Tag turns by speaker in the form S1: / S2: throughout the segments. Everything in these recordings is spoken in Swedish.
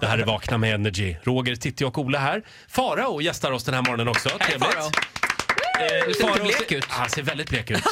S1: Det här är Vakna med Energy. Roger, Titti och Ola här. Farao gästar oss den här morgonen också. Trevligt.
S2: Farao.
S1: Eh,
S2: Du ser lite
S1: Farao ser-
S2: blek ut.
S1: Han ser väldigt blek ut.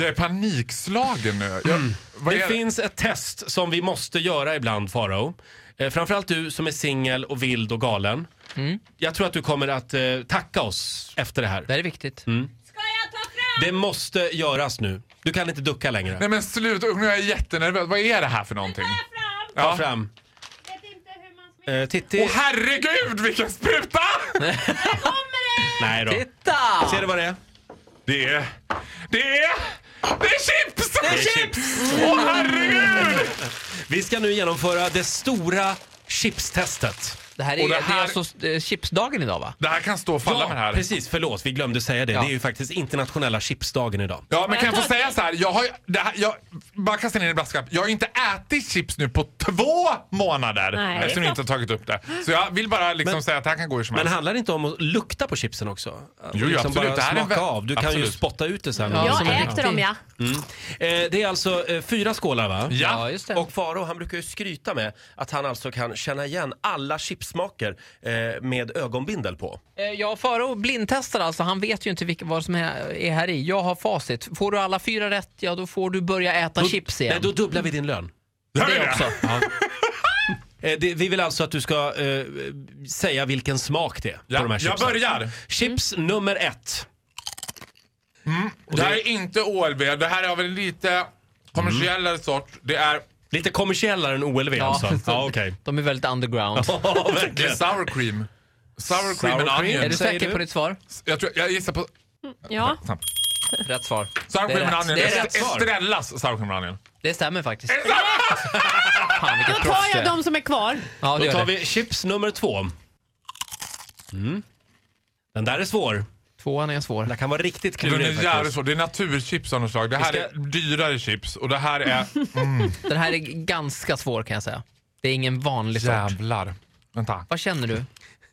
S3: Jag är panikslagen nu. Jag, vad
S1: Mm. Det
S3: är
S1: finns ett test som vi måste göra ibland, Farao. Eh, framförallt du som är singel och vild och galen.
S2: Mm.
S1: Jag tror att du kommer att eh, tacka oss efter det här.
S2: Det här är viktigt.
S1: Mm.
S4: Ska jag ta fram?
S1: Det måste göras nu. Du kan inte ducka längre.
S3: Nej men sluta, nu är jag jättenervös. Vad är det här för någonting?
S4: Ta fram?
S1: Ta fram.
S4: Vet inte hur man sminkar.
S1: Eh, Titti.
S3: Åh herregud vilken spruta!
S1: Nej då.
S2: Titta!
S1: Ser du vad det är?
S3: Det är... Det är... Det är chips! Det är
S1: chips!
S3: Åh herregud!
S1: Vi ska nu genomföra det stora chipstestet.
S2: Det här är,
S3: Och
S2: det
S3: det här-
S2: är alltså eh, chipsdagen idag va?
S3: Det här kan stå och falla med det här.
S1: precis. Förlåt, vi glömde säga det.
S2: Ja.
S1: Det är ju faktiskt internationella chipsdagen idag.
S3: Ja, men kan jag få säga så här? Jag har, ju- det här jag, bara kasta ner i brasklapp. Jag har ju inte ätit chips nu på två månader
S4: Nej.
S3: eftersom jag inte har tagit upp det. Så jag vill bara liksom säga att det här kan gå hur som
S1: Men
S3: helst.
S1: handlar det inte om att lukta på chipsen också? Att liksom
S3: Jo, jo, absolut.
S1: bara
S3: Det här är en
S1: smaka
S3: vä-
S1: av. Du kan ju
S3: absolut.
S1: spotta ut det sen.
S2: Ja,
S1: Som
S2: är
S4: jag
S1: en-
S4: äter dem ja.
S1: Eh, Det är alltså eh, fyra skålar va?
S3: Ja.
S2: just det.
S1: Och Faro han brukar ju skryta med att han alltså kan känna igen alla chipsmaker eh, med ögonbindel på.
S2: Eh, Ja, Farao blindtestar alltså. Han vet ju inte vilka, vad som är, är här i. Jag har facit. Får du alla fyra rätt, ja då får du börja äta chips igen.
S1: Nej, Eh, då dubblar vi din lön.
S3: Gör vi
S2: det också.
S1: Eh, det, vi vill alltså att du ska eh, säga vilken smak det är
S3: Ja,
S1: på de här
S3: jag
S1: chipsen.
S3: börjar.
S1: Chips nummer ett.
S3: Det här är inte OLB. Det här är av en lite kommersiellare sort. Det är,
S1: Lite kommersiellare än OLV alltså? Ja, okej.
S2: De är väldigt underground.
S1: Ja,
S3: det är
S1: verkligen.
S3: sour cream. Sour cream
S1: Sour cream.
S2: Är
S3: and onion.
S2: du
S1: Säger
S2: säker
S1: du?
S2: på ditt svar?
S3: Jag, tror, jag gissar på...
S4: Ja.
S3: Snabbt.
S2: Rätt svar.
S3: Sour
S2: Det är
S3: cream
S2: rätt.
S3: and onion.
S2: Det är rätt
S1: svar.
S3: Estrellas sour cream and onion.
S2: Det stämmer faktiskt. Fan vilket
S4: Då
S2: proffs
S4: tar
S2: du
S4: jag
S2: är.
S4: de som är kvar.
S2: Ja, det
S1: Då
S2: gör
S1: tar
S2: det.
S1: vi chips nummer två. Mm. Den där är svår.
S2: Tvåan är svår.
S1: Den kan vara riktigt
S3: Den
S1: klurig
S3: är jävligt
S1: faktiskt.
S3: svår. Det är naturchips av något slag. Det här
S1: ska-
S3: är dyrare chips och det här är...
S2: Den här är ganska svår kan jag säga. Det är ingen vanlig sort.
S3: Jävlar. Vänta.
S2: Vad känner du?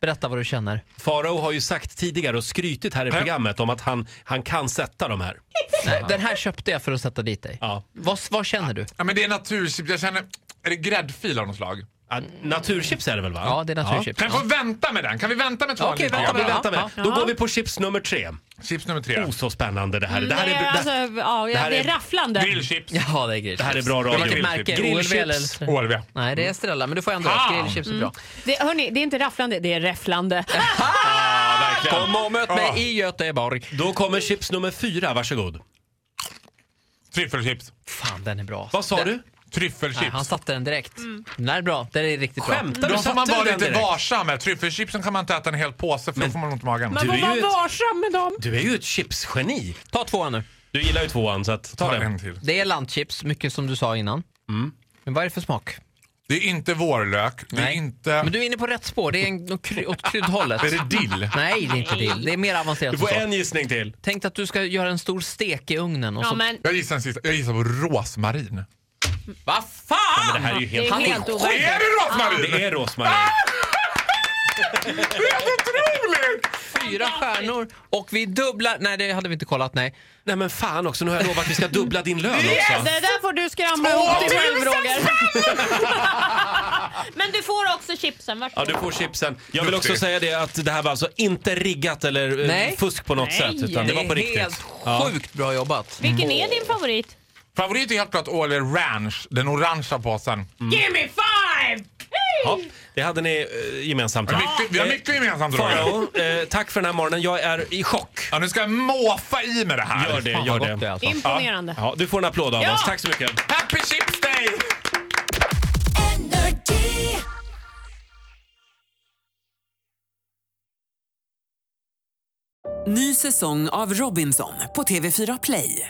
S2: Berätta vad du känner.
S1: Farao har ju sagt tidigare och skrytit här i programmet om att han, han kan sätta de här.
S2: Nej, den här köpte jag för att sätta dit dig.
S1: Ja.
S2: Vad, vad känner du?
S3: Ja, men det är naturchips. Jag känner... Är det gräddfil av något slag?
S1: Ja, Naturchips är det väl va?
S2: Ja, det är naturchips.
S3: Kan vi få vänta med den? Kan vi vänta med tvåan
S2: Okej,
S3: lite
S1: Ja,
S3: grann?
S1: vi väntar med.
S2: Ja.
S1: Då går vi på chips nummer tre.
S3: Chips nummer tre.
S1: Oh, så spännande det här. Det här
S4: Nej,
S1: är,
S4: alltså,
S1: det,
S4: ja,
S1: här
S4: det
S1: är-
S4: är rafflande.
S3: Grillchips.
S2: Ja, det är grillchips.
S1: det här är bra
S3: Det var
S1: radio.
S3: grillchips.
S2: Märke,
S1: Grillchips.
S2: OLV eller?
S3: OLW.
S2: Nej, det är Estrella, men du får ändå rätt.
S3: Fan!
S2: Grillchips är bra.
S4: Det, hörni, det är inte rafflande, det är räfflande.
S2: Kom och möt
S3: mig
S2: mig i
S1: Ah.
S2: Göteborg.
S1: Då kommer chips nummer fyra, varsågod.
S3: Tryffelchips.
S2: Fan, den är bra.
S1: Vad sa
S2: Den-
S1: du?
S2: Nej, han
S3: Tryffelchips.
S2: satte den direkt. Den här är bra. Den är riktigt bra.
S1: Skämtar du?
S3: Då får
S1: Satte
S3: man
S1: du
S3: vara
S1: den
S3: lite
S1: direkt?
S3: varsam med. Tryffelchipsen kan man inte äta en hel påse för då får man ont i magen.
S4: Man
S1: Du är
S4: får
S1: ju
S4: vara
S1: ett-
S4: varsam med dem.
S1: Du är ju ett chipsgeni.
S2: Ta tvåan nu.
S1: Du gillar ju tvåan så att ta
S3: Ta
S1: den.
S3: en till.
S2: Det är lantchips, mycket som du sa innan.
S1: Mm.
S2: Men vad är det för smak?
S3: Det är inte vårlök. Det är
S2: Nej.
S3: inte...
S2: Men du är inne på rätt spår. Det är en, något kry, åt kryddhållet.
S3: Är det dill?
S2: Nej, det är inte dill. Det är mer avancerat
S1: Du
S2: än så.
S1: får en gissning till.
S2: Tänk dig att du ska göra en stor stek i ugnen och
S4: Ja,
S2: så...
S4: men
S3: Jag gissar en sista. Jag gissar på rosmarin.
S2: Vad
S1: Men det
S2: fan!
S1: här är ju
S4: det
S1: helt...
S4: är
S2: Han är
S4: helt
S3: Är
S4: overkligt.
S3: det rosmarin?
S1: Det är Ah! rosmarin.
S3: Otroligt!
S2: Fyra stjärnor och vi dubblar... Nej, det hade vi inte kollat. Nej.
S1: Nej men fan också, nu har jag lovat att vi ska dubbla din lön också.
S4: Det där får du skramla ihop till själv Roger. Men du får också chipsen,
S1: Ja,
S4: varsågod.
S1: du får chipsen. Jag vill
S3: Duktig.
S1: också säga det att det här var alltså inte riggat eller eh,
S2: Nej.
S1: fusk på något
S4: Nej.
S1: sätt. Utan det var på
S2: är helt
S1: riktigt. Ja.
S2: sjukt bra jobbat.
S4: Vilken är din favorit?
S3: Favorit är helt klart Åle Ranch, den orangea påsen.
S4: Give me five!
S1: Ja, det hade ni eh, gemensamt. va?
S3: Mycket, vi har mycket gemensamt Roger.
S1: Farao, eh, tack för den här morgonen. Jag är i chock.
S3: Ja, nu ska jag måfa i med det här.
S1: Gör det,
S2: Fan,
S1: gör
S2: vad gott det är
S1: det.
S2: alltså.
S4: Imponerande.
S1: Ja, du får en applåd av
S4: Ja.
S1: oss. Tack så mycket.
S3: Happy Chips Day!
S5: Ny säsong av Robinson på TV4 Play.